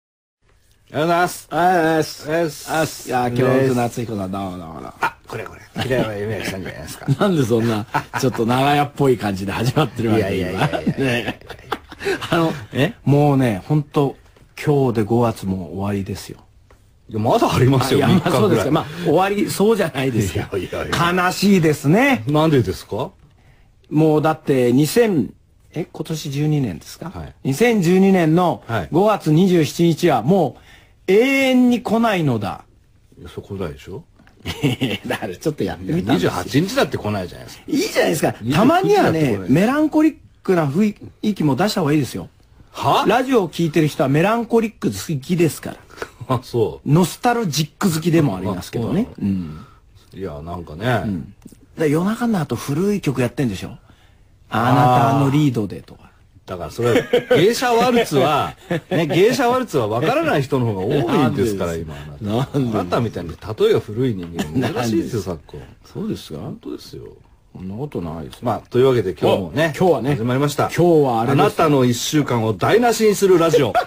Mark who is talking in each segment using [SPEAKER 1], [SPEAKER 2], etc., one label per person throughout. [SPEAKER 1] ありがとうございます。ありがとうございます。
[SPEAKER 2] あすいや、今日の夏彦さん、どうもどうもどうも。
[SPEAKER 1] あ、これこれ。平山夢明さんじゃないですか。
[SPEAKER 2] なんでそんな、ちょっと長屋っぽい感じで始まってるわけ
[SPEAKER 1] いやいやいやいやいや
[SPEAKER 2] 今ねあの、
[SPEAKER 1] え
[SPEAKER 2] もうね、ほんと、今日で5月も終わりですよ。
[SPEAKER 1] いやまだありますよ、
[SPEAKER 2] いや、まあ
[SPEAKER 1] 3日
[SPEAKER 2] そう
[SPEAKER 1] ぐ
[SPEAKER 2] です
[SPEAKER 1] ら
[SPEAKER 2] か。
[SPEAKER 1] い。
[SPEAKER 2] まあ、終わり、そうじゃないですよ。
[SPEAKER 1] いやいやいや
[SPEAKER 2] 悲しいですね。
[SPEAKER 1] なんでですか
[SPEAKER 2] もうだって2000、え、今年12年ですか、
[SPEAKER 1] はい
[SPEAKER 2] ?2012 年の
[SPEAKER 1] はい
[SPEAKER 2] 5月27日はもう永遠に来ないのだ。
[SPEAKER 1] いやそこ ないでしょ
[SPEAKER 2] だからちょっとやってみたんですよ。
[SPEAKER 1] 28日だって来ないじゃないですか。
[SPEAKER 2] いいじゃないですか。たまには
[SPEAKER 1] 29だ
[SPEAKER 2] ね
[SPEAKER 1] とこ、れ
[SPEAKER 2] メランコリックな雰囲気も出した方がいいですよ。
[SPEAKER 1] は
[SPEAKER 2] ラジオを聴いてる人はメランコリック好きですから。
[SPEAKER 1] あ、そ
[SPEAKER 2] ノスタルジック好きでもありますけどね
[SPEAKER 1] あ。
[SPEAKER 2] う
[SPEAKER 1] そ
[SPEAKER 2] ん。だか
[SPEAKER 1] う。いや、なんかね。
[SPEAKER 2] ら夜中になると古い曲やってんでしょあなたのリードでとか。
[SPEAKER 1] だからそれ、芸者ワルツ は、ね、芸者ワルツは分からない人の方が多いんですから、
[SPEAKER 2] なんで
[SPEAKER 1] 今あなた
[SPEAKER 2] なんでです
[SPEAKER 1] あなたみたいに、例えが古い人間、珍しいですよ、昨今。
[SPEAKER 2] そうですか
[SPEAKER 1] 本当ですよ。
[SPEAKER 2] そんなことないです
[SPEAKER 1] まあ、というわけで今日もね、
[SPEAKER 2] お今日はね
[SPEAKER 1] 始まりました。
[SPEAKER 2] 今日はあれですよ
[SPEAKER 1] なたの一週間を台無しにするラジオ。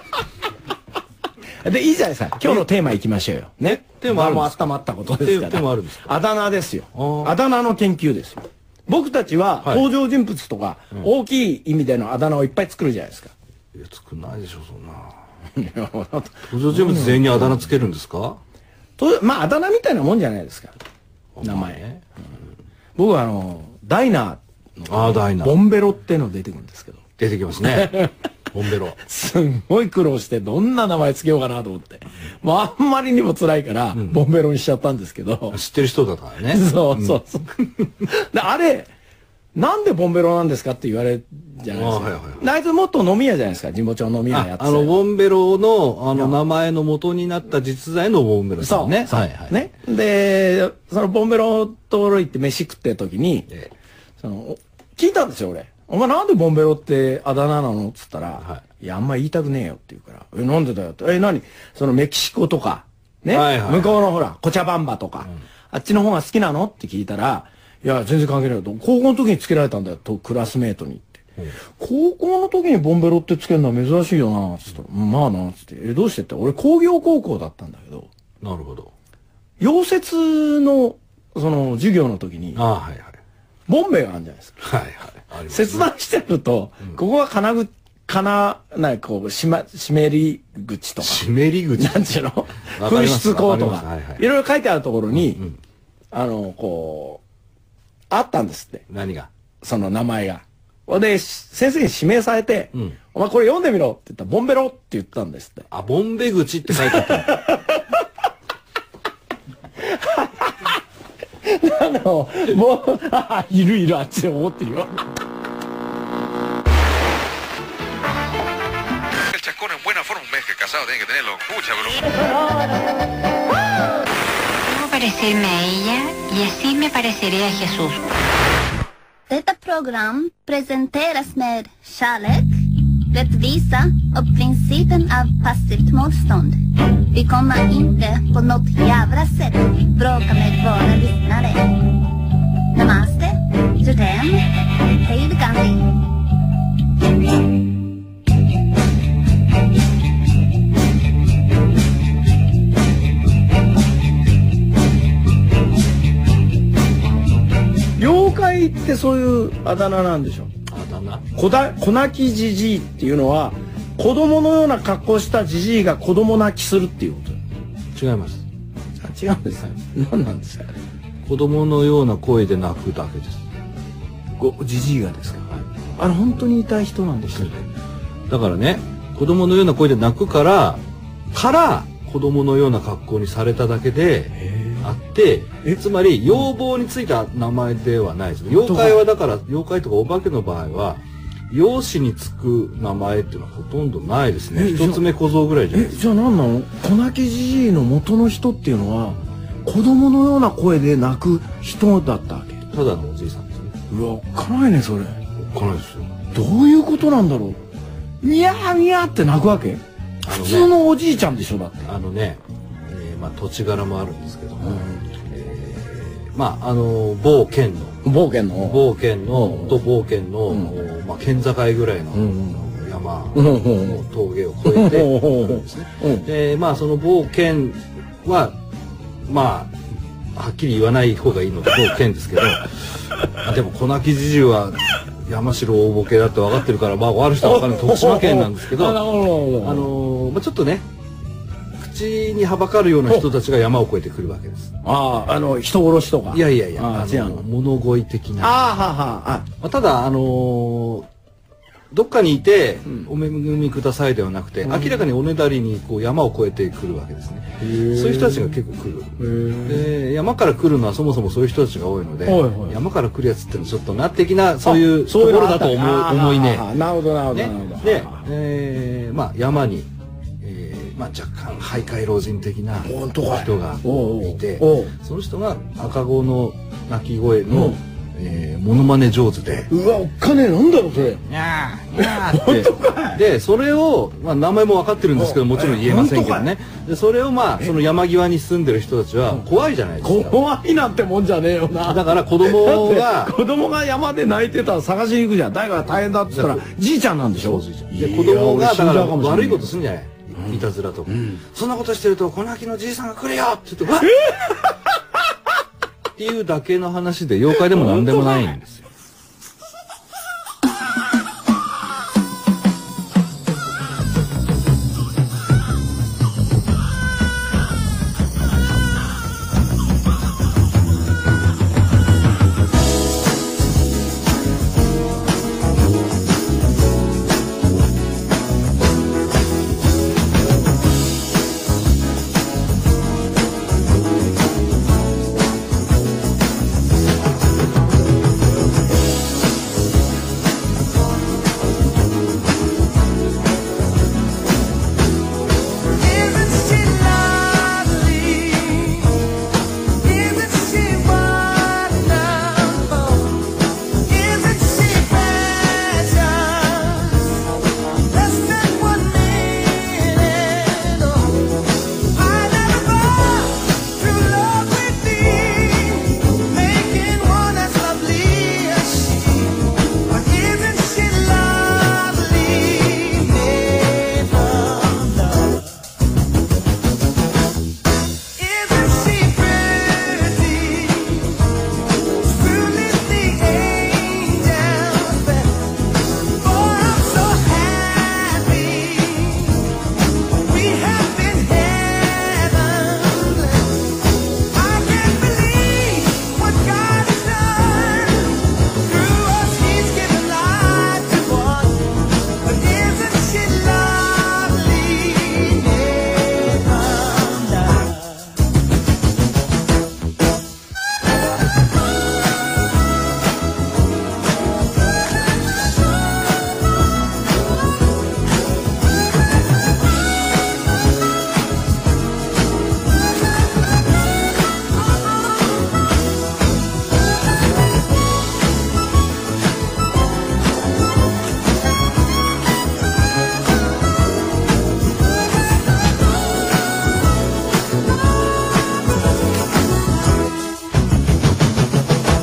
[SPEAKER 2] で、いいじゃないですか。今日のテーマ行きましょうよ。ね。
[SPEAKER 1] テーマあるんですか
[SPEAKER 2] まあもう温まったことですから。
[SPEAKER 1] テーマあるんです
[SPEAKER 2] あだ名ですよ
[SPEAKER 1] あ。ー
[SPEAKER 2] あだ名の研究ですよ。僕たちは
[SPEAKER 1] はい
[SPEAKER 2] 登場人物とか、大きい意味でのあだ名をいっぱい作るじゃないですか。
[SPEAKER 1] いや、作んないでしょ、そんな。
[SPEAKER 2] いやほら
[SPEAKER 1] 登場人物全員にあだ名つけるんですか
[SPEAKER 2] とまあ、あだ名みたいなもんじゃないですか。名前。僕はあの、ダイナ
[SPEAKER 1] ああ、ダイ
[SPEAKER 2] ー、
[SPEAKER 1] ナ。
[SPEAKER 2] ボンベロっていうの出てくるんですけど。
[SPEAKER 1] 出てきます ね。ボンベロ。
[SPEAKER 2] すんごい苦労して、どんな名前つけようかなと思って。もうあんまりにも辛いから、ボンベロにしちゃったんですけど。
[SPEAKER 1] 知ってる人だからね。
[SPEAKER 2] そうそうそう。であれ、なんでボンベロなんですかって言われるじゃないです
[SPEAKER 1] あはいはいは
[SPEAKER 2] か。ナイツもっと飲み屋じゃないですか。神保町飲み屋や
[SPEAKER 1] あ
[SPEAKER 2] って
[SPEAKER 1] あの、ボンベロの、あの、名前の元になった実在のボンベロさ
[SPEAKER 2] そうん
[SPEAKER 1] ね。
[SPEAKER 2] そう
[SPEAKER 1] はいはい。。
[SPEAKER 2] ね。で、そのボンベロのところ行って飯食ってる時に、
[SPEAKER 1] え
[SPEAKER 2] その、お聞いたんですよ、俺。お前なんでボンベロってあだ名なのっつったら、、
[SPEAKER 1] はい
[SPEAKER 2] や、あんま言いたくねえよって言うから、え、なんでだよって、え、何そのメキシコとか、ね、
[SPEAKER 1] はいはいはい
[SPEAKER 2] 向こうのほら、コチャバンバとか、あっちの方が好きなのって聞いたら、いや、全然関係ないよと。高校の時につけられたんだよ、と、クラスメートにって。高校の時にボンベロってつけるのは珍しいよな、つったら、うんまあな、つって、え、どうしてって、俺工業高校だったんだけど、
[SPEAKER 1] なるほど。
[SPEAKER 2] 溶接の、その、授業の時に、
[SPEAKER 1] ああ、はいはい。
[SPEAKER 2] ボンベがあるんじゃないです
[SPEAKER 1] は
[SPEAKER 2] か。
[SPEAKER 1] いはい。あります
[SPEAKER 2] 切断してると、ここは金具、金、なんかこう、しま、湿り口とか、
[SPEAKER 1] 湿り口。
[SPEAKER 2] なんちゅうの
[SPEAKER 1] わか
[SPEAKER 2] 噴
[SPEAKER 1] ります
[SPEAKER 2] 出口と
[SPEAKER 1] わ
[SPEAKER 2] か、
[SPEAKER 1] かりますはいはい
[SPEAKER 2] いろいろ書いてあるところに、あの、こう、あったんですって、
[SPEAKER 1] 何が
[SPEAKER 2] その名前が。ほんで、し先生に指名されて、
[SPEAKER 1] ん
[SPEAKER 2] お前これ読んでみろって言ったら、ボンベロって言ったんですって。
[SPEAKER 1] あ、ボンベ口って書いてあった。
[SPEAKER 2] あの、もう、 あいるいる、あっちで思ってるよ。
[SPEAKER 3] El chascón en buena forma, un mes que casado tiene que tenerlo. Escucha, bro.
[SPEAKER 4] Debo parecerme a ella y así me pareceré a Jesús.
[SPEAKER 5] Detta program presenteras med kärlek, rättvisa och principen av passivt motstånd. Vi kommer inte på något jävla sätt bråka med våra lyssnare. Namaste, Jodem, Hej Gandhi.
[SPEAKER 2] 妖怪ってそういうあだ名なんでしょ
[SPEAKER 1] あだ名。
[SPEAKER 2] こだ子泣きじじいっていうのは子供のような格好したじじいが子供泣きするっていうこと
[SPEAKER 1] 違います。
[SPEAKER 2] あ違うんです何なんですか
[SPEAKER 1] 子供のような声で泣くだけです。
[SPEAKER 2] ごじじいがですか
[SPEAKER 1] はい。
[SPEAKER 2] あれ本当に痛い人なんでしたっ
[SPEAKER 1] だからね、子供のような声で泣くから、から、子供のような格好にされただけであって、つまり要望についた名前ではないです。妖怪はだから、妖怪とかお化けの場合は、容姿につく名前っていうのはほとんどないですね。
[SPEAKER 2] えじゃあ
[SPEAKER 1] 一つ目小僧ぐらいじゃない
[SPEAKER 2] え
[SPEAKER 1] ですか。
[SPEAKER 2] じゃあ何なの子泣きじじいの元の人っていうのは子供のような声で泣く人だったわけ
[SPEAKER 1] ただのおじいさんですね。
[SPEAKER 2] うわおっかないねそ
[SPEAKER 1] お
[SPEAKER 2] れ
[SPEAKER 1] っかないですよ。
[SPEAKER 2] どういうことなんだろういやーいやーって泣くわけ
[SPEAKER 1] あの
[SPEAKER 2] 普
[SPEAKER 1] ね
[SPEAKER 2] 通のおじいちゃんでしょだって
[SPEAKER 1] あのね、えーまあ土地柄もあるんですけども、えーまああの某県の
[SPEAKER 2] 冒険の
[SPEAKER 1] 某県のと某県の、まあ県境ぐらいの、
[SPEAKER 2] ん
[SPEAKER 1] あのまあ、
[SPEAKER 2] うんうん
[SPEAKER 1] もう峠を越えて
[SPEAKER 2] うんうんうん
[SPEAKER 1] くるんですね。
[SPEAKER 2] うん
[SPEAKER 1] でまあその冒険はまあはっきり言わない方がいいので冒険 ですけどあでも小泣きじじは山城大ボケだって分かってるからまあ悪い人は分 かる徳島県なんですけど
[SPEAKER 2] あな
[SPEAKER 1] あ
[SPEAKER 2] るほどあの
[SPEAKER 1] のーまあ、ちょっとね口にはばかるような人たちが山を越えてくるわけです。
[SPEAKER 2] ああの人殺しとか
[SPEAKER 1] いやいやいや
[SPEAKER 2] あ
[SPEAKER 1] あ
[SPEAKER 2] あ違
[SPEAKER 1] の
[SPEAKER 2] うの
[SPEAKER 1] 物乞い的な。
[SPEAKER 2] ああははあ
[SPEAKER 1] まあ、ただあのーどっかにいて、
[SPEAKER 2] ん
[SPEAKER 1] お恵みくださいではなくて、明らかにおねだりにこう山を越えてくるわけですねそう
[SPEAKER 2] ー
[SPEAKER 1] いう人たちが結構来る
[SPEAKER 2] へえ
[SPEAKER 1] で山から来るのはそもそもそういう人たちが多いので、
[SPEAKER 2] はいはい
[SPEAKER 1] 山から来るやつってのはちょっとな的なそういうところだと思う思いね
[SPEAKER 2] なるほどなるほど
[SPEAKER 1] ね
[SPEAKER 2] なるほど
[SPEAKER 1] で、えーまあ、山に、えーまあ、若干徘徊老人的な
[SPEAKER 2] 本当かい
[SPEAKER 1] 人が
[SPEAKER 2] おうおう
[SPEAKER 1] いて
[SPEAKER 2] おう
[SPEAKER 1] その人が赤子の鳴き声
[SPEAKER 2] う
[SPEAKER 1] の
[SPEAKER 2] ん、
[SPEAKER 1] えー、モノマネ上手で。
[SPEAKER 2] うわおっかねえなんだろうそれ
[SPEAKER 1] ででそれを、まあ、名前も分かってるんですけどもちろん言えませんけどねでそれをまあその山際に住んでる人たちは怖いじゃないですか
[SPEAKER 2] 怖いなんてもんじゃねえよな
[SPEAKER 1] だから子供
[SPEAKER 2] だっ
[SPEAKER 1] が
[SPEAKER 2] て子供が山で泣いてたら探しに行くじゃん誰が大変だって言ったらじいちゃんなんでしょ
[SPEAKER 1] で子供がだから悪いこととするんじゃないいたずらとか、そんなことしてるとこの秋のじいさんが来るよって言ってわっっていうだけの話で妖怪でも何でもないんですよ
[SPEAKER 6] oh. Isn't she pretty? Truly the angel's best. Boy, I'm so happy. We have been heaven I can't believe what God has done. Through us, He's given life to one. But isn't she lovely, Nirvana?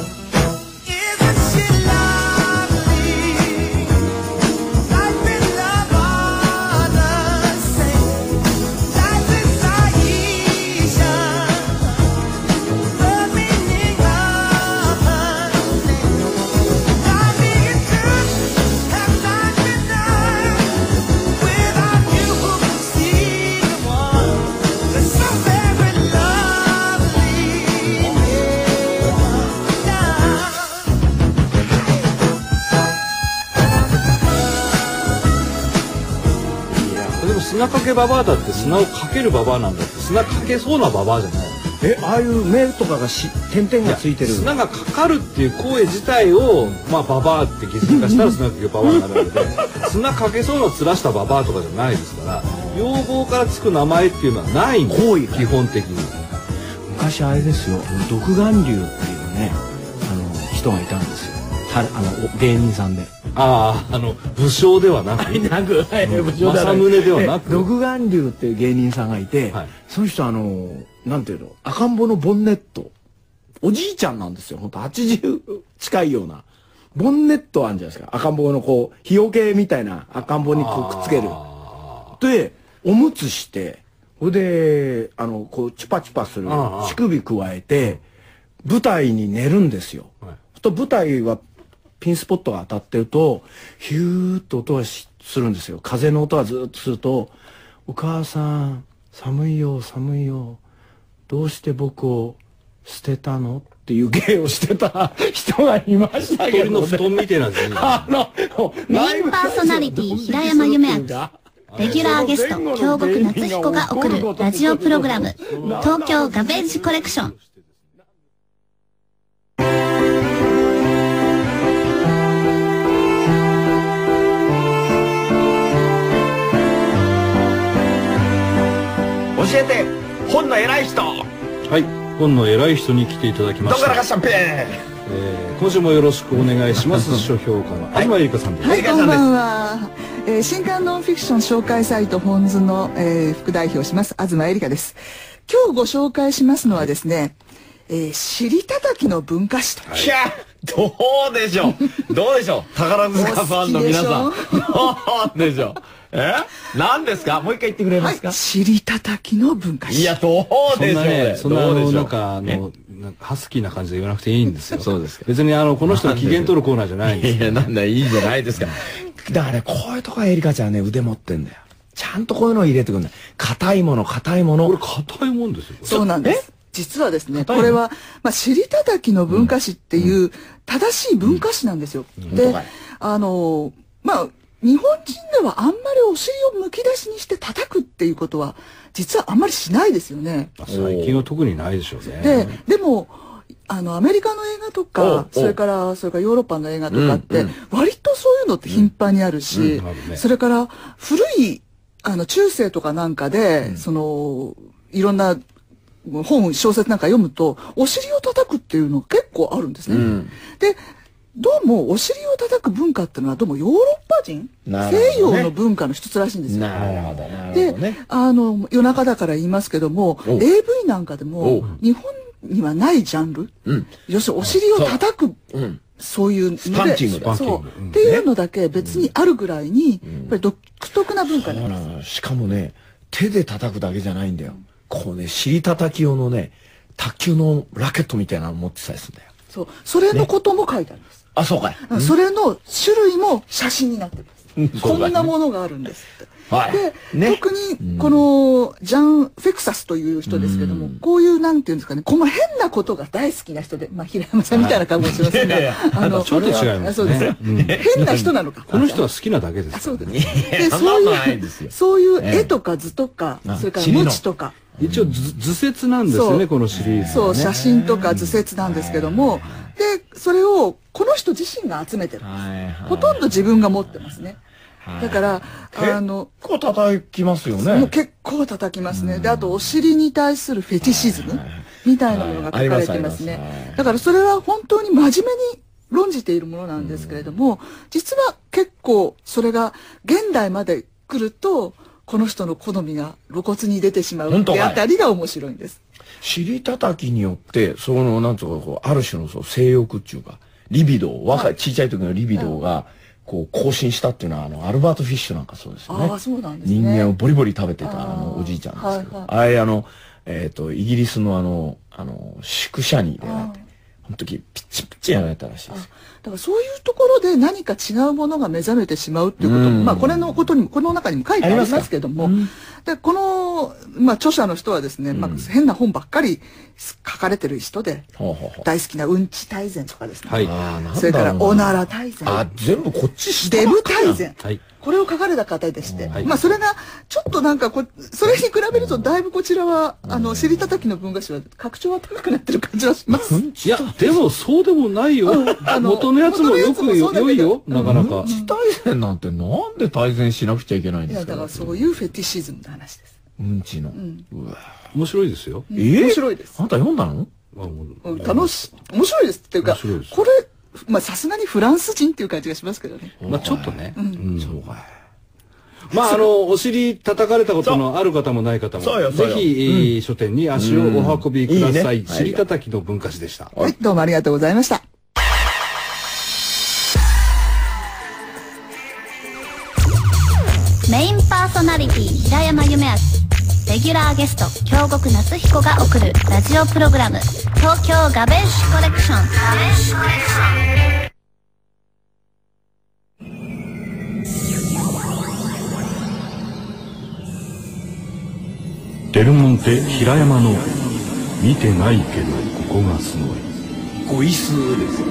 [SPEAKER 6] Isn't she lovely? Life in love are the same. Life is Aisha, the meaning of her name. Loving and truth have not been done without you who can see the one. There's so very lovely in
[SPEAKER 1] でも砂かけババアだって砂をかけるババアなんだって砂かけそうなババアじゃない
[SPEAKER 2] えああいう目とかがし点々がついてる
[SPEAKER 1] 砂がかかるっていう行為自体を、まあ、ババアって擬人化したら砂かけババアになるわけで 砂かけそうなつらしたババアとかじゃないですから要望からつく名前っていうのはないんです
[SPEAKER 2] 行為が
[SPEAKER 1] 基本的に
[SPEAKER 2] 昔あれですよ独眼竜っていうねあの人がいたんですよたあのお芸人さんで
[SPEAKER 1] あああの武将ではなく
[SPEAKER 2] なく、 はい、部長
[SPEAKER 1] 政宗ではなく
[SPEAKER 2] 独眼竜っていう芸人さんがいて、
[SPEAKER 1] はい
[SPEAKER 2] その人あの、なんていうの、赤ん坊のボンネット。おじいちゃんなんですよ。ほんと80近いような。ボンネットあるじゃないですか。赤ん坊のこう、日よけみたいな赤ん坊にこうくっつける。で、おむつして、ほいで、あの、こう、チュパチュパする
[SPEAKER 1] ああ、
[SPEAKER 2] 乳首くわえて、舞台に寝るんですよ。
[SPEAKER 1] はい
[SPEAKER 2] と舞台は、ピンスポットが当たってると、ヒューっと音がしするんですよ。風の音がずっとすると、お母さん、寒いよ、寒いよ。どうして僕を捨てたのっていう芸をしてた人がいましたけ
[SPEAKER 1] 鳥の
[SPEAKER 2] ど、ね。
[SPEAKER 1] 布団みたいなんですね。
[SPEAKER 2] あの、
[SPEAKER 5] メインパーソナリティ平山夢明レギュラーゲスト、京極夏彦が送るラジオプログラム、東京ガベージコレクション。
[SPEAKER 7] 教えて本の偉い人ど
[SPEAKER 1] はい。本の偉い人に来ていただきま
[SPEAKER 7] こ
[SPEAKER 1] し
[SPEAKER 7] から
[SPEAKER 1] た
[SPEAKER 7] か。シャンペーン
[SPEAKER 1] えー今週もよろしくお願いします。書評家の東ゆりかさんです。
[SPEAKER 8] はい、こんばんは。えー新刊ノンフィクション紹介サイト本図の、えー副代表をします、東江里香です。今日ご紹介しますのはですね、えー、尻叩きの文化史と。
[SPEAKER 7] いやどうでしょうどうでしょう宝塚ファンの皆さん
[SPEAKER 8] お
[SPEAKER 7] どうでしょうえ何ですかもう一回言ってくれま
[SPEAKER 8] は
[SPEAKER 7] すか、
[SPEAKER 8] い、尻叩きの文化
[SPEAKER 7] い、
[SPEAKER 8] 史。
[SPEAKER 7] やどう
[SPEAKER 1] そ
[SPEAKER 7] で
[SPEAKER 1] ん
[SPEAKER 7] しょ
[SPEAKER 1] な
[SPEAKER 7] う
[SPEAKER 1] ね、そんなあ
[SPEAKER 7] どうで
[SPEAKER 1] の、
[SPEAKER 7] しょ
[SPEAKER 1] なん
[SPEAKER 7] う
[SPEAKER 1] かあの、なんかハスキーな感じで言わなくていいんですよ。
[SPEAKER 7] そうですか
[SPEAKER 1] 別にあの、この人の機嫌取るコーナーじゃないんです
[SPEAKER 7] い
[SPEAKER 1] よ。
[SPEAKER 7] やなんだいいじゃないですかだからねこういうとこはエリカちゃんね腕持ってんだよちゃんとこういうの入れてくんだよ硬いもの硬いも
[SPEAKER 1] これ
[SPEAKER 7] の
[SPEAKER 1] 硬いもんですよ、これ
[SPEAKER 8] そうなんです。実はですね、これは、まあ、尻叩きの文化史っていう、正しい文化史なんですよ。で、あのー、まあ、日本人ではあんまりお尻をむき出しにして叩くっていうことは、実はあんまりしないですよね。
[SPEAKER 1] まあ最近は特にないでしょうね。
[SPEAKER 8] で、でも、あの、アメリカの映画と
[SPEAKER 7] おうおう
[SPEAKER 8] か、それから、それからヨーロッパの映画とかって、割とそういうのって頻繁にあるし、
[SPEAKER 1] うんあるね
[SPEAKER 8] それから、古い、あの、中世とかなんかで、その、いろんな、本、小説なんか読むと、お尻を叩くっていうのが結構あるんですね。で、どうも、お尻を叩く文化っていうのは、どうもヨーロッパ人、
[SPEAKER 7] なるほどね
[SPEAKER 8] 西洋の文化の一つらしいんですよ。
[SPEAKER 7] なるほどなる
[SPEAKER 8] で
[SPEAKER 7] ほどね、
[SPEAKER 8] あの、夜中だから言いますけども、AV なんかでも、日本にはないジャンル、要するにお尻を叩く、そういうので、ス
[SPEAKER 7] パンキング
[SPEAKER 1] だ
[SPEAKER 8] そ
[SPEAKER 1] スパンキングう
[SPEAKER 8] う、
[SPEAKER 1] ん
[SPEAKER 8] っていうのだけ別にあるぐらいに、やっぱり独特な文化なん
[SPEAKER 7] そう
[SPEAKER 8] です。
[SPEAKER 7] なのしかもね手で叩くだけじゃないんだよこうね尻叩き用のね卓球のラケットみたいなの持ってたりするんだよ
[SPEAKER 8] そう、それのことも書いてあるんです。
[SPEAKER 7] あそうかい
[SPEAKER 8] うんそれの種類も写真になってます。こんなものがあるんですって。
[SPEAKER 7] はい
[SPEAKER 8] で、
[SPEAKER 7] ね
[SPEAKER 8] 特にこのジャン・フェクサスという人ですけども、こういうなんていうんですかね、この変なことが大好きな人で、まあ平山さんみたいな顔もしませんが、
[SPEAKER 7] はいいやいや
[SPEAKER 8] あ
[SPEAKER 1] あちょっと違いますね
[SPEAKER 8] あそうですね
[SPEAKER 1] うん
[SPEAKER 8] 変な人なのか。
[SPEAKER 1] この人は好きなだけです
[SPEAKER 8] あ
[SPEAKER 1] か
[SPEAKER 8] そ
[SPEAKER 1] ら
[SPEAKER 8] う
[SPEAKER 1] ね。
[SPEAKER 8] です。
[SPEAKER 7] いや
[SPEAKER 8] で
[SPEAKER 7] そんな
[SPEAKER 8] そう
[SPEAKER 7] ことない
[SPEAKER 8] い
[SPEAKER 7] で
[SPEAKER 8] う
[SPEAKER 7] すよ
[SPEAKER 8] そういう
[SPEAKER 7] ええ
[SPEAKER 8] 絵とか図とか、
[SPEAKER 7] あ
[SPEAKER 8] それから
[SPEAKER 7] 尻の
[SPEAKER 8] 文字とか、
[SPEAKER 1] 一応図、図説なんですよ
[SPEAKER 8] そ
[SPEAKER 1] ね、
[SPEAKER 8] う
[SPEAKER 1] このシリーズはね。
[SPEAKER 8] そう写真とか図説なんですけども、でそれをこの人自身が集めてる。
[SPEAKER 7] はいはい
[SPEAKER 8] ほとんど自分が持ってますね。
[SPEAKER 7] はい
[SPEAKER 8] だから、
[SPEAKER 7] 結
[SPEAKER 8] あの、
[SPEAKER 7] 構叩きますよ
[SPEAKER 8] もう
[SPEAKER 7] ね
[SPEAKER 8] 結構叩きますね。で、あと、お尻に対するフェティシズムみたいなものが書かれてます
[SPEAKER 7] はいありますありま
[SPEAKER 8] ね
[SPEAKER 7] す。
[SPEAKER 8] だから、それは本当に真面目に論じているものなんですけれども、実は結構、それが現代まで来ると、この人の好みが露骨に出てしま
[SPEAKER 7] 本
[SPEAKER 8] う
[SPEAKER 7] 当かい
[SPEAKER 8] であたりが面白いんです。
[SPEAKER 7] 尻叩きによってそのなんつうかこうある種のそう性欲っていうかリビドー若い小さい時のリビドーがこう更新したっていうのはあのアルバート・フィッシュなんかそうですよね
[SPEAKER 8] ああそうなんですね
[SPEAKER 7] 人間をボリボリ食べてたあ
[SPEAKER 8] あー
[SPEAKER 7] のおじいちゃんですけど
[SPEAKER 8] はいはい
[SPEAKER 7] あれあのえっとイギリスのあのあの宿舎に入れられてその時ピッチピッチやられたらしいですよ
[SPEAKER 8] だからそういうところで何か違うものが目覚めてしまうっていうことも、
[SPEAKER 7] うん
[SPEAKER 8] まあこれのことにも、この中にも書いてありますけども、で、この、まあ著者の人はですね、まあ変な本ばっかり書かれてる人で、
[SPEAKER 7] ほうほうほう
[SPEAKER 8] 大好きなうんち大全とかですね。
[SPEAKER 1] はい。
[SPEAKER 7] あーなんだろうな
[SPEAKER 8] それからおなら大全。
[SPEAKER 7] あ全部こっち
[SPEAKER 8] デ
[SPEAKER 7] 下ばっ
[SPEAKER 8] ブ
[SPEAKER 7] かり
[SPEAKER 8] 大
[SPEAKER 7] な
[SPEAKER 8] 全。
[SPEAKER 1] はい。
[SPEAKER 8] これを書かれた方でして、
[SPEAKER 1] はい
[SPEAKER 8] まあそれがちょっとなんかこそれに比べるとだいぶこちらは、あの尻叩きの文化史は格調は高くなってる感じはします。
[SPEAKER 1] いや、でもそうでもないよ。
[SPEAKER 8] あの
[SPEAKER 1] 元のやつもよく
[SPEAKER 8] 元のやつもそうだけど
[SPEAKER 1] 良いよ、なかなか
[SPEAKER 7] うん。地対戦なんてなんで対戦しなくちゃいけないん
[SPEAKER 8] い
[SPEAKER 7] で
[SPEAKER 8] や
[SPEAKER 7] すか
[SPEAKER 8] だからそういうフェティシズムの話です。
[SPEAKER 7] うんちの。うわ
[SPEAKER 1] 面白いですよ。
[SPEAKER 7] えー
[SPEAKER 8] 面白いです
[SPEAKER 7] あんた読んだの
[SPEAKER 1] あもう
[SPEAKER 8] うん楽し、面白いですっていうか
[SPEAKER 1] 面白いです、
[SPEAKER 8] これ、まあさすがにフランス人っていう感じがしますけどね。
[SPEAKER 1] まあちょっとね。うん
[SPEAKER 7] そうかい。
[SPEAKER 1] まああの、お尻叩かれたことのある方もない方も、
[SPEAKER 7] そうよそう
[SPEAKER 1] ぜ
[SPEAKER 7] よ
[SPEAKER 1] ひえー書店に足をお運びくださ
[SPEAKER 7] うんいい
[SPEAKER 1] い。
[SPEAKER 7] ね
[SPEAKER 1] 尻叩きの文化史でした。
[SPEAKER 8] はい、どうもありがとうございました。
[SPEAKER 5] メインパーソナリティ平山夢明レギュラーゲスト京極夏彦が送るラジオプログラム「東京ガベッシュコレクション」
[SPEAKER 9] デルモンテ平山の見てないけどここがすごい
[SPEAKER 2] ごいすです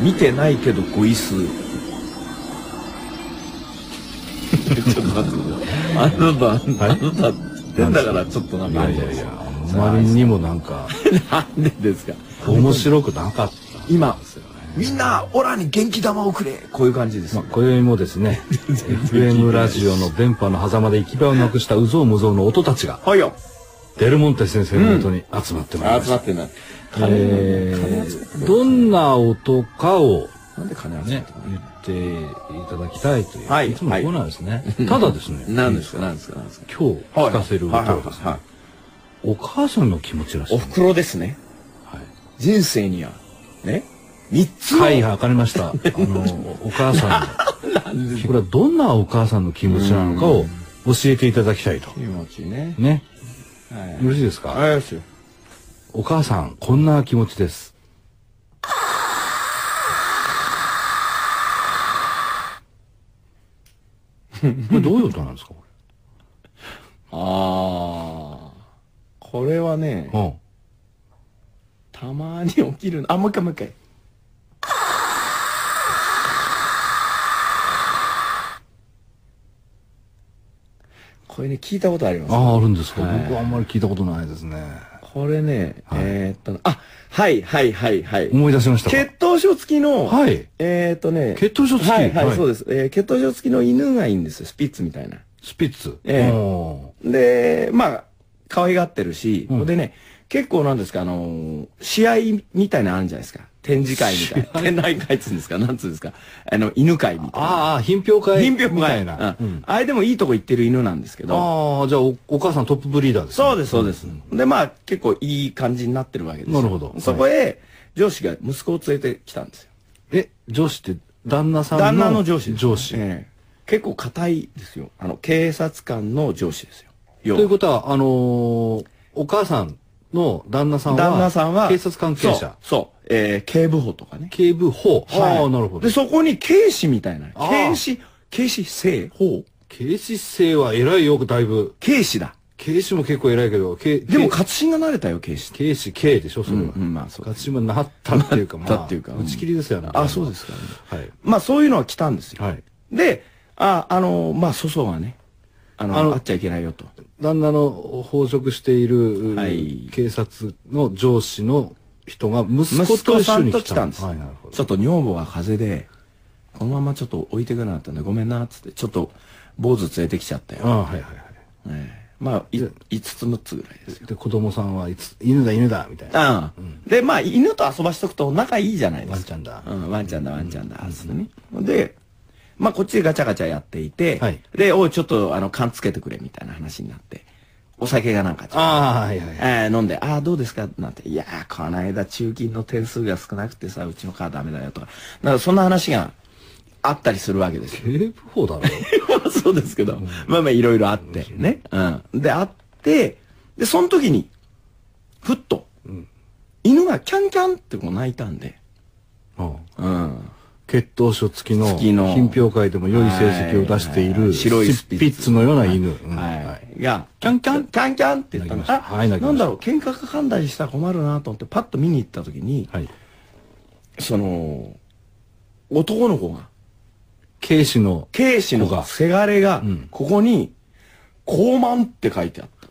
[SPEAKER 2] 見てないけどごいすちょっと待ってあなた、あなたってんだからちょっとなん
[SPEAKER 1] い
[SPEAKER 2] かあ
[SPEAKER 1] や
[SPEAKER 2] る
[SPEAKER 1] い
[SPEAKER 2] じ
[SPEAKER 1] やい
[SPEAKER 2] ゃないですか
[SPEAKER 1] や、あまりにもなんか、
[SPEAKER 2] なんでですか
[SPEAKER 1] 面白くなかった。
[SPEAKER 2] 今みんなオラに元気玉をくれこういう感じです、
[SPEAKER 1] まあ、今宵もですね、FM ラジオの電波の狭間で行き場をなくしたうぞうむぞうの音たちが、
[SPEAKER 2] はいよ
[SPEAKER 1] デルモンテ先生の元に集まってまいりま
[SPEAKER 2] 集
[SPEAKER 1] した。
[SPEAKER 2] まってない
[SPEAKER 1] えーどんな音かを、
[SPEAKER 2] なんで金集まっ
[SPEAKER 1] ね
[SPEAKER 2] て、
[SPEAKER 1] 言っていただきたいという、
[SPEAKER 2] はい
[SPEAKER 1] い、つものコーナーですね。ただですね、
[SPEAKER 2] なんですかなんですかなんですか
[SPEAKER 1] 今日聞かせる音
[SPEAKER 2] はいはい
[SPEAKER 1] は
[SPEAKER 2] はい
[SPEAKER 1] です
[SPEAKER 2] は
[SPEAKER 1] ね
[SPEAKER 2] い、
[SPEAKER 1] お母さんの気持ちらし
[SPEAKER 2] お
[SPEAKER 1] い。
[SPEAKER 2] 袋ですね、人生にはね三つの
[SPEAKER 1] はい、わかりました。あの、お母さんの、これはどんなお母さんの気持ちなのかを教えていただきたいと。
[SPEAKER 2] 気持ちね
[SPEAKER 1] ね。
[SPEAKER 2] はい
[SPEAKER 1] よろしいですか、
[SPEAKER 2] あれですよ
[SPEAKER 1] お母さん、こんな気持ち です。これどういう音なんですかこ
[SPEAKER 2] ああこれはね
[SPEAKER 1] れ。うん。
[SPEAKER 2] たまに起きるのあもう一回もう一回これね聞いたことあります
[SPEAKER 1] ああ、あるんですか、
[SPEAKER 2] はい
[SPEAKER 1] 僕はあんまり聞いたことないですね。
[SPEAKER 2] これね、えー、っとあはいはいはいはい
[SPEAKER 1] 思い出しましたか。
[SPEAKER 2] 血統書付きの、
[SPEAKER 1] はい。
[SPEAKER 2] えー、っとね
[SPEAKER 1] 血統書付き
[SPEAKER 2] はいはい、
[SPEAKER 1] はい
[SPEAKER 2] そうです、えー、血統書付きの犬がいいんですよスピッツみたいな
[SPEAKER 1] スピッツ。
[SPEAKER 2] ええ
[SPEAKER 1] お
[SPEAKER 2] で、まあ、可愛がってるし、
[SPEAKER 1] うん
[SPEAKER 2] でね、結構なんですか、あのー試合みたいなのあるんじゃないですか。展示会みたいな。展覧会っつうんですか、なんつうんですか。あの、犬会み
[SPEAKER 1] ー
[SPEAKER 2] たいな。
[SPEAKER 1] ああ、品評会。
[SPEAKER 2] 品評会
[SPEAKER 1] みたいな。
[SPEAKER 2] う
[SPEAKER 1] うんん
[SPEAKER 2] あれでもいいとこ行ってる犬なんですけど。
[SPEAKER 1] ああ、じゃあお、お母さんトップブリーダーですね、
[SPEAKER 2] そうです、そうです。で、まあ、結構いい感じになってるわけですよ
[SPEAKER 1] なるほど
[SPEAKER 2] そこへ、上司が息子を連れてきたんですよ。
[SPEAKER 1] え、上司って旦那さんの
[SPEAKER 2] 旦那の上司です。
[SPEAKER 1] 上司。
[SPEAKER 2] ええ結構硬いですよ。あの、警察官の上司ですよ。要は
[SPEAKER 1] ということは、あのーお母さんの旦那さんは、
[SPEAKER 2] 旦那さんは
[SPEAKER 1] 警察関係者。
[SPEAKER 2] そうそう、えー警部補とかね
[SPEAKER 1] 警部補。ああ、なるほど
[SPEAKER 2] で。そこに警視みたいな
[SPEAKER 1] あー
[SPEAKER 2] 警視警視正法
[SPEAKER 1] 警視正は偉いよ、だいぶ。
[SPEAKER 2] 警視だ
[SPEAKER 1] 警視も結構偉いけど、警
[SPEAKER 2] でも
[SPEAKER 1] 警
[SPEAKER 2] 活心が慣れたよ警視って
[SPEAKER 1] 警視、警でしょ、それは。
[SPEAKER 2] うんうんまあそう
[SPEAKER 1] 勝ちもなったっていうか、
[SPEAKER 2] なったっていうか
[SPEAKER 1] まあ打ち切りですよね。
[SPEAKER 2] あそうですかね
[SPEAKER 1] はい。
[SPEAKER 2] まあそういうのは来たんですよ、
[SPEAKER 1] はい。
[SPEAKER 2] でああのまあ粗相はねあの
[SPEAKER 1] あの
[SPEAKER 2] あっちゃいけないよと
[SPEAKER 1] 旦那の報職している、
[SPEAKER 2] はい
[SPEAKER 1] 警察の上司の人が息子
[SPEAKER 2] 息
[SPEAKER 1] と
[SPEAKER 2] 子
[SPEAKER 1] 一
[SPEAKER 2] さ
[SPEAKER 1] 緒
[SPEAKER 2] ん
[SPEAKER 1] に
[SPEAKER 2] と
[SPEAKER 1] 来
[SPEAKER 2] 来た
[SPEAKER 1] た
[SPEAKER 2] んです、
[SPEAKER 1] はい、なるほど
[SPEAKER 2] ちょっと女房が風邪でこのままちょっと置いてくなったんでごめんなっつってちょっと坊主連れてきちゃったよ、
[SPEAKER 1] ああ、はいはいは
[SPEAKER 2] ええまあい5つ6つぐらいです
[SPEAKER 1] い。で、子供さんはいつ、犬だ犬だ、みたいな。
[SPEAKER 2] ああでまあ犬と遊ばしとくと仲いいじゃないですか
[SPEAKER 1] ワンちゃんだ
[SPEAKER 2] うん、ワンちゃんだワンちゃんだ、つってねでまあこっちでガチャガチャやっていて、
[SPEAKER 1] はい
[SPEAKER 2] でおいちょっとあの缶つけてくれみたいな話になってお酒がなんかちょっと
[SPEAKER 1] ああ、はいはいはい。
[SPEAKER 2] えー飲んで、ああ、どうですかなんて、いやー、この間中金の点数が少なくてさ、うちのカーダメだよとか、なんかそんな話があったりするわけですよ
[SPEAKER 1] 警部補だろ
[SPEAKER 2] まあそうですけど、まあまあいろいろあって、ね。うん。で、あって、で、その時に、ふっと、犬がキャンキャンってこう鳴いたんで、
[SPEAKER 1] うん
[SPEAKER 2] うん。
[SPEAKER 1] 血統書付きの
[SPEAKER 2] 付きの
[SPEAKER 1] 品評会でも良い成績を出してい
[SPEAKER 2] は
[SPEAKER 1] る
[SPEAKER 2] 白い
[SPEAKER 1] スピッツのような犬。うんは
[SPEAKER 2] はいい。いや、
[SPEAKER 1] キャンキャン
[SPEAKER 2] キャンキャンって言ったの。
[SPEAKER 1] 鳴きま
[SPEAKER 2] あ、
[SPEAKER 1] したはい鳴きま
[SPEAKER 2] な
[SPEAKER 1] し
[SPEAKER 2] ん
[SPEAKER 1] た
[SPEAKER 2] だろう、喧嘩かかんだりしたら困るなと思って、パッと見に行った時に、
[SPEAKER 1] はい。
[SPEAKER 2] その、男の子が、
[SPEAKER 1] 警視の、
[SPEAKER 2] 警視
[SPEAKER 1] 子
[SPEAKER 2] の
[SPEAKER 1] が
[SPEAKER 2] せがれが
[SPEAKER 1] ん、
[SPEAKER 2] ここに、高慢って書いてあった。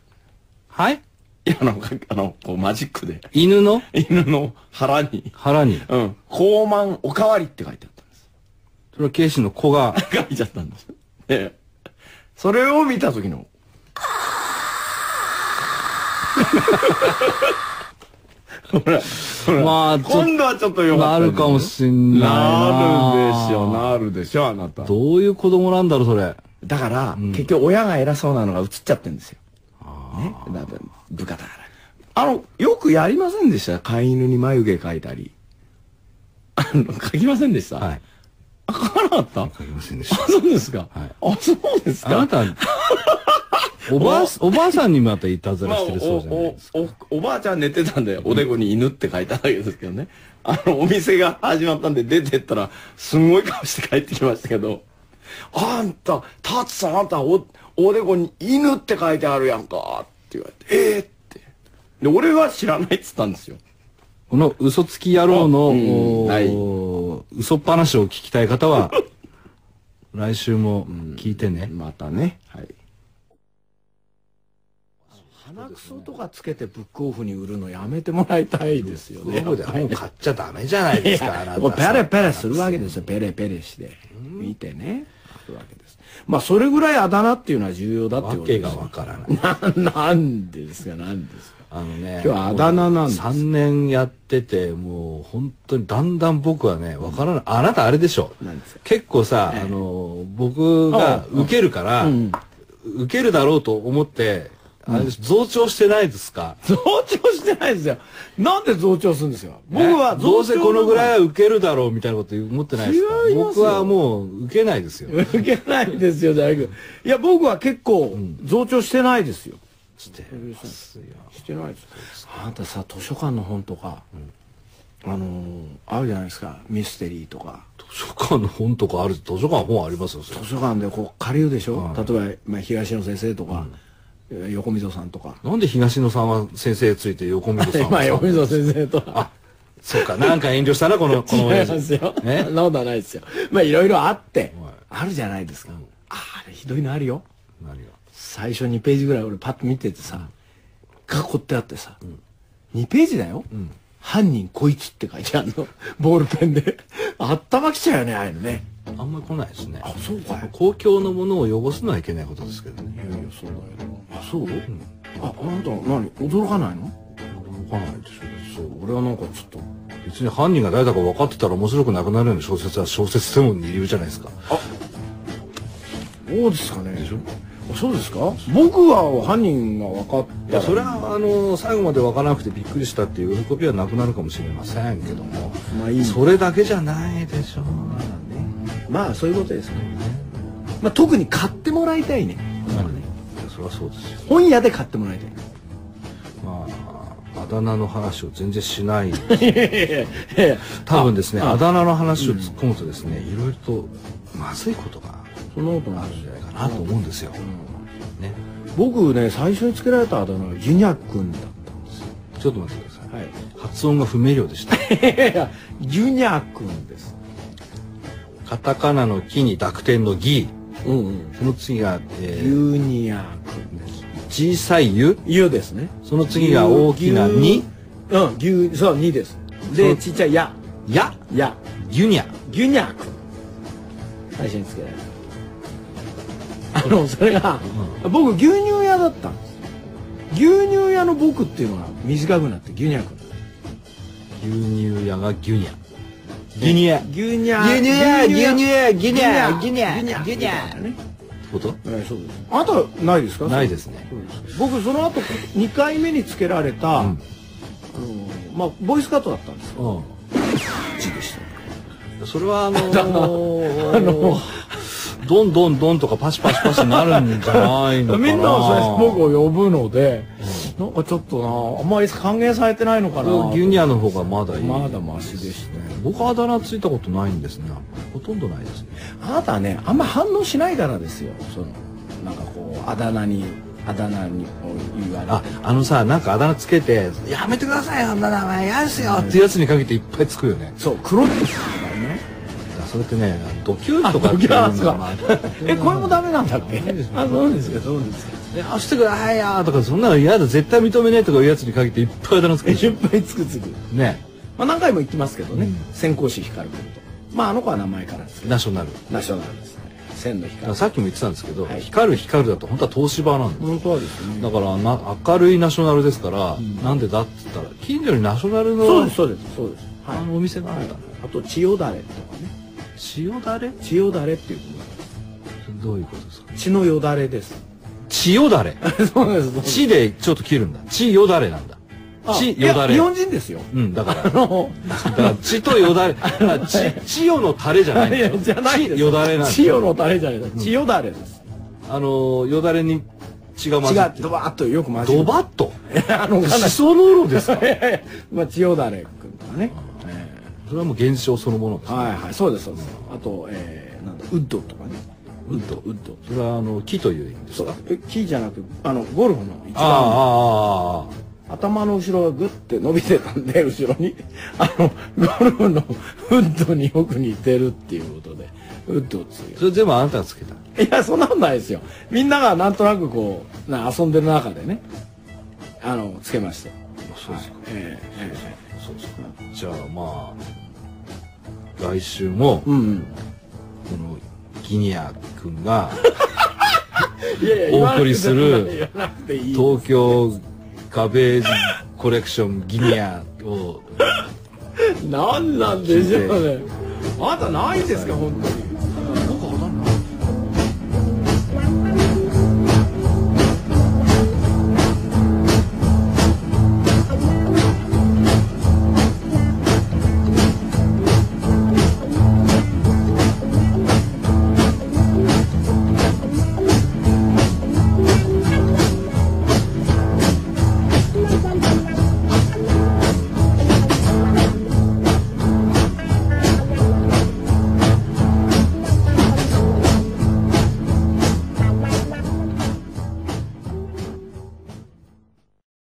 [SPEAKER 1] はい
[SPEAKER 2] いや、あの、かあの、こうマジックで。
[SPEAKER 1] 犬の
[SPEAKER 2] 犬の腹に、
[SPEAKER 1] 腹に、
[SPEAKER 2] うん、高慢おかわりって書いてあったんです。
[SPEAKER 1] それは警視の子 が、
[SPEAKER 2] 書いちゃったんです。ええ。それを見た時の。ほら、ほら。
[SPEAKER 1] まあちょっと
[SPEAKER 2] 今度はちょっとよかっ
[SPEAKER 1] な
[SPEAKER 2] たですね
[SPEAKER 1] るかもしんないな。
[SPEAKER 2] なるでしょ、なるでしょ、あなた。
[SPEAKER 1] どういう子供なんだろう、それ。
[SPEAKER 2] だから、結局親が偉そうなのが映っちゃってるんですよ。ね。だって部下だから。あの、よくやりませんでした飼い犬に眉毛描いたり。あの、描きませんでした
[SPEAKER 1] はい。
[SPEAKER 2] 書かなかったあ
[SPEAKER 1] 書きませんでした。
[SPEAKER 2] そうですか、
[SPEAKER 1] はい
[SPEAKER 2] あそうです
[SPEAKER 1] あ
[SPEAKER 2] か
[SPEAKER 1] な た、おばあ、おばあさんにまたいたずらしてるそうじゃないですか。
[SPEAKER 7] おおおばあちゃん寝てたんでおでこに犬って書いただけですけどねあのお店が始まったんで出てったらすんごい顔して帰ってきましたけどあんたタツさんあんたおおでこに犬って書いてあるやんかって言われてええー、ってで俺は知らないっつったんですよ
[SPEAKER 1] この嘘つき野郎の、
[SPEAKER 7] うんはい
[SPEAKER 1] お嘘っ話を聞きたい方は、 来週も聞いてね。
[SPEAKER 7] またねはい
[SPEAKER 2] 鼻くそとかつけてブックオフに売るのやめてもらいたいですよね
[SPEAKER 1] 僕で本買っちゃダメじゃないですか、あな
[SPEAKER 2] こうペ
[SPEAKER 1] た。
[SPEAKER 2] レペレするわけですよ。ペレペレして。見てね。あるわけです。まあ、それぐらいあだ名っていうのは重要だって
[SPEAKER 1] わ
[SPEAKER 2] こと
[SPEAKER 1] け
[SPEAKER 2] です
[SPEAKER 1] が
[SPEAKER 2] よ。
[SPEAKER 1] わからない。
[SPEAKER 2] な なんですか、なんですか。
[SPEAKER 1] あのね、
[SPEAKER 2] 今日はあだ名なんです
[SPEAKER 1] 3年やってて、もう本当にだんだん僕はね、わからない。あなたあれでしょ
[SPEAKER 2] 何ですか。
[SPEAKER 1] 結構さ、あの、僕が受けるから、受けるだろうと思って、あれ増長してないですか
[SPEAKER 2] 増長してないですよ。なんで増長するんですよ。僕は
[SPEAKER 1] どうせこのぐら
[SPEAKER 2] い
[SPEAKER 1] いは受けるだろうみたいなこと思ってないですか
[SPEAKER 2] 違います
[SPEAKER 1] 僕
[SPEAKER 2] よ
[SPEAKER 1] はもう受けないですよ。
[SPEAKER 2] 受けないですよ、大学。いや、僕は結構増長してないですよ。
[SPEAKER 1] して
[SPEAKER 2] してないですあなたさ図書館の本とか、あのーあるじゃないですかミステリーとか
[SPEAKER 1] 図書館の本とかある、図書館本ありますよ、それ
[SPEAKER 2] 図書館でこう借りるでしょ、例えば、まあ、東野先生とか、えー横溝さんとか
[SPEAKER 1] なんで東野さんは先生ついて横溝さ んはさ
[SPEAKER 2] まあ横溝先生とか
[SPEAKER 1] あ、そうか、なんか遠慮したな、こ の、こ
[SPEAKER 2] 違い
[SPEAKER 1] の親父
[SPEAKER 2] ますよ、
[SPEAKER 1] ね
[SPEAKER 2] そんなことはないですよまあいろいろあって、あるじゃないですか、ああれひどいのあるよ
[SPEAKER 1] 何が
[SPEAKER 2] 最初2ページぐらい俺パッと見ててさ、囲ってあってさ、2ページだよ、犯人こいつって書いてあるの ボールペンであったまきちゃうよねああいうのね
[SPEAKER 1] あんまり来ないですね。あ、
[SPEAKER 2] そうかい
[SPEAKER 1] 公共のものを汚すのはいけないことですけどね。
[SPEAKER 2] いやいやそうだよあそう、ああなた何驚かないの
[SPEAKER 1] 動かないでしょ。
[SPEAKER 2] そう俺はなんかちょっと
[SPEAKER 1] 別に犯人が誰だか分かってたら面白くなくなるような小説は小説でも二流じゃないですか。
[SPEAKER 2] そうですかねあそうですか僕は犯人が分かったら
[SPEAKER 1] それはあの最後まで分からなくてびっくりしたっていう喜びはなくなるかもしれませんけども、
[SPEAKER 2] まあいい
[SPEAKER 1] それだけじゃないでしょう。
[SPEAKER 2] まあそういうことですね、まあ、特に買ってもらいたいね
[SPEAKER 1] いやそれはそうですよ。
[SPEAKER 2] 本屋で買ってもらいたい
[SPEAKER 1] まああだ名の話を全然し ない。
[SPEAKER 2] いやいや
[SPEAKER 1] 多分ですね、あだ名の話を突っ込むとですね、いろいろとまずいことが
[SPEAKER 2] そんなことない
[SPEAKER 1] あるんじゃないかなと思うんですよ。ね、
[SPEAKER 2] 僕ね最初につけられたあだ名はジュニャ君だったんですよ
[SPEAKER 1] ちょっと待ってください。
[SPEAKER 2] はい
[SPEAKER 1] 発音が不明瞭でした。
[SPEAKER 2] いやいやジュニャ君です
[SPEAKER 1] カタカナの木に濁点のギ、
[SPEAKER 2] うんうん
[SPEAKER 1] その次が、
[SPEAKER 2] ジ
[SPEAKER 1] えー
[SPEAKER 2] ュニャ君です
[SPEAKER 1] 小さい湯、
[SPEAKER 2] ゆですね
[SPEAKER 1] その次が大きなに
[SPEAKER 2] に、うん牛そうにです
[SPEAKER 1] そ
[SPEAKER 2] で
[SPEAKER 1] う
[SPEAKER 2] ちっちゃいや
[SPEAKER 1] や、
[SPEAKER 2] や
[SPEAKER 1] ギュニャ。
[SPEAKER 2] ギュニャ君最初につけられたあのそれが、僕牛乳屋だったんですよ牛乳屋の僕っていうのが短くなってギュニャ君
[SPEAKER 1] 牛乳屋がギュニャ。ギュニャ。って
[SPEAKER 2] 牛乳屋
[SPEAKER 1] 牛乳屋
[SPEAKER 2] 牛乳屋牛乳屋牛乳屋牛乳屋ね
[SPEAKER 1] こと
[SPEAKER 2] えーそうですあなたはないですか
[SPEAKER 1] ないですね。
[SPEAKER 2] 僕その後2回目につけられた、あのまあボイスカットだったんですよ
[SPEAKER 1] う
[SPEAKER 2] ちでした
[SPEAKER 1] ん。それはあの ー、あのどんどんどんとかパシパシパシなるんじゃないのかな。
[SPEAKER 2] みんなはそうです僕を呼ぶので、なんかちょっとなあんまり歓迎されてないのかな
[SPEAKER 1] 僕ギュニャの方がまだいい。
[SPEAKER 2] まだマシでしたね
[SPEAKER 1] 僕あだ名ついたことないんですね。ほとんどないですね。
[SPEAKER 2] あなたはねあんま反応しないからですよそのなんかこうあだ名にあだ名に言われ
[SPEAKER 1] あ
[SPEAKER 2] て、
[SPEAKER 1] あのさ、なんかあだ名つけて、やめてくださいよ、あんな名前嫌ですよっていうやつにかけていっぱいつくよね。
[SPEAKER 2] そう黒ってですからね
[SPEAKER 1] だからそれってね、ドキューとかってい
[SPEAKER 2] 時
[SPEAKER 1] うの
[SPEAKER 2] は
[SPEAKER 1] が
[SPEAKER 2] あそっかえこれもダメなんだっけあそうですかそうですか
[SPEAKER 1] であしてくださいよとか、そんなの嫌だ、絶対認めねえとかいうやつにかけていっぱいあだ名つけて
[SPEAKER 2] いっ
[SPEAKER 1] る。
[SPEAKER 2] ぱいつくつく
[SPEAKER 1] ね。
[SPEAKER 2] まあ、何回も言ってますけどね、先行師光君とまああの子は名前からですけど
[SPEAKER 1] ナショナル。
[SPEAKER 2] ナショナルですね千の
[SPEAKER 1] だから
[SPEAKER 2] 光
[SPEAKER 1] さっきも言ってたんですけど、
[SPEAKER 2] はい
[SPEAKER 1] 光る光るだと本当は東芝なんです。
[SPEAKER 2] 本当はですね
[SPEAKER 1] だからな明るいナショナルですから、なんでだって言ったら近所にナショナルの
[SPEAKER 2] そうですそうですそうですは
[SPEAKER 1] あ
[SPEAKER 2] い
[SPEAKER 1] のお店があったの、
[SPEAKER 2] あと千代だれとかね
[SPEAKER 1] 塩だれ
[SPEAKER 2] 千代だれっていう子が
[SPEAKER 1] どういうことですか
[SPEAKER 2] 血のよだれです
[SPEAKER 1] 千代だれ
[SPEAKER 2] そうです
[SPEAKER 1] 地でちょっと切るんだ。地よだれなんだ。血
[SPEAKER 2] いや
[SPEAKER 1] よだれ
[SPEAKER 2] 日本人ですよ。
[SPEAKER 1] うんだから
[SPEAKER 2] あの、
[SPEAKER 1] だから血とよだれあ血血よのタレじゃないん
[SPEAKER 2] い
[SPEAKER 1] だよ
[SPEAKER 2] や、じゃないです。
[SPEAKER 1] 血よだれなんです
[SPEAKER 2] 千代のタレじゃないです。千代だれです。
[SPEAKER 1] あのよだれに血が混
[SPEAKER 2] 血
[SPEAKER 1] ざ
[SPEAKER 2] が
[SPEAKER 1] ってる
[SPEAKER 2] ドバーッとよく混じる
[SPEAKER 1] ドバッと
[SPEAKER 2] あの、かな
[SPEAKER 1] し
[SPEAKER 2] り。
[SPEAKER 1] そのろですか
[SPEAKER 2] まあ、千代だれくんとかね。
[SPEAKER 1] それはもう現象そのものです
[SPEAKER 2] はいはい、そうです、そうです。あと、えー、なんだ、ウッドとかね。ウッド、ウッド。
[SPEAKER 1] それはあの木という意味です
[SPEAKER 2] そう
[SPEAKER 1] か
[SPEAKER 2] だ、え木じゃなく、あの、ゴルフの一
[SPEAKER 1] ああ
[SPEAKER 2] 番の
[SPEAKER 1] ああああ
[SPEAKER 2] 頭の後ろがグッて伸びてたんで、 後ろに。あの、ゴルフのウッドによく似てるっていうことで、ウッドっつうよ
[SPEAKER 1] それ全部あなたがつけた
[SPEAKER 2] いや、そんなことないですよ。みんながなんとなくこう、な遊んでる中でね、あの、つけまして。
[SPEAKER 1] そうですか
[SPEAKER 2] はいえええ
[SPEAKER 1] そうですかじゃあまあ来週も
[SPEAKER 2] えうんうん。
[SPEAKER 1] このギニア君 が
[SPEAKER 2] いやいや
[SPEAKER 1] お送りする
[SPEAKER 2] 言わなくていい。
[SPEAKER 1] 東京ガベージコレクションギニアを
[SPEAKER 2] なんなんでしょうね。あなたないんですか、本当に。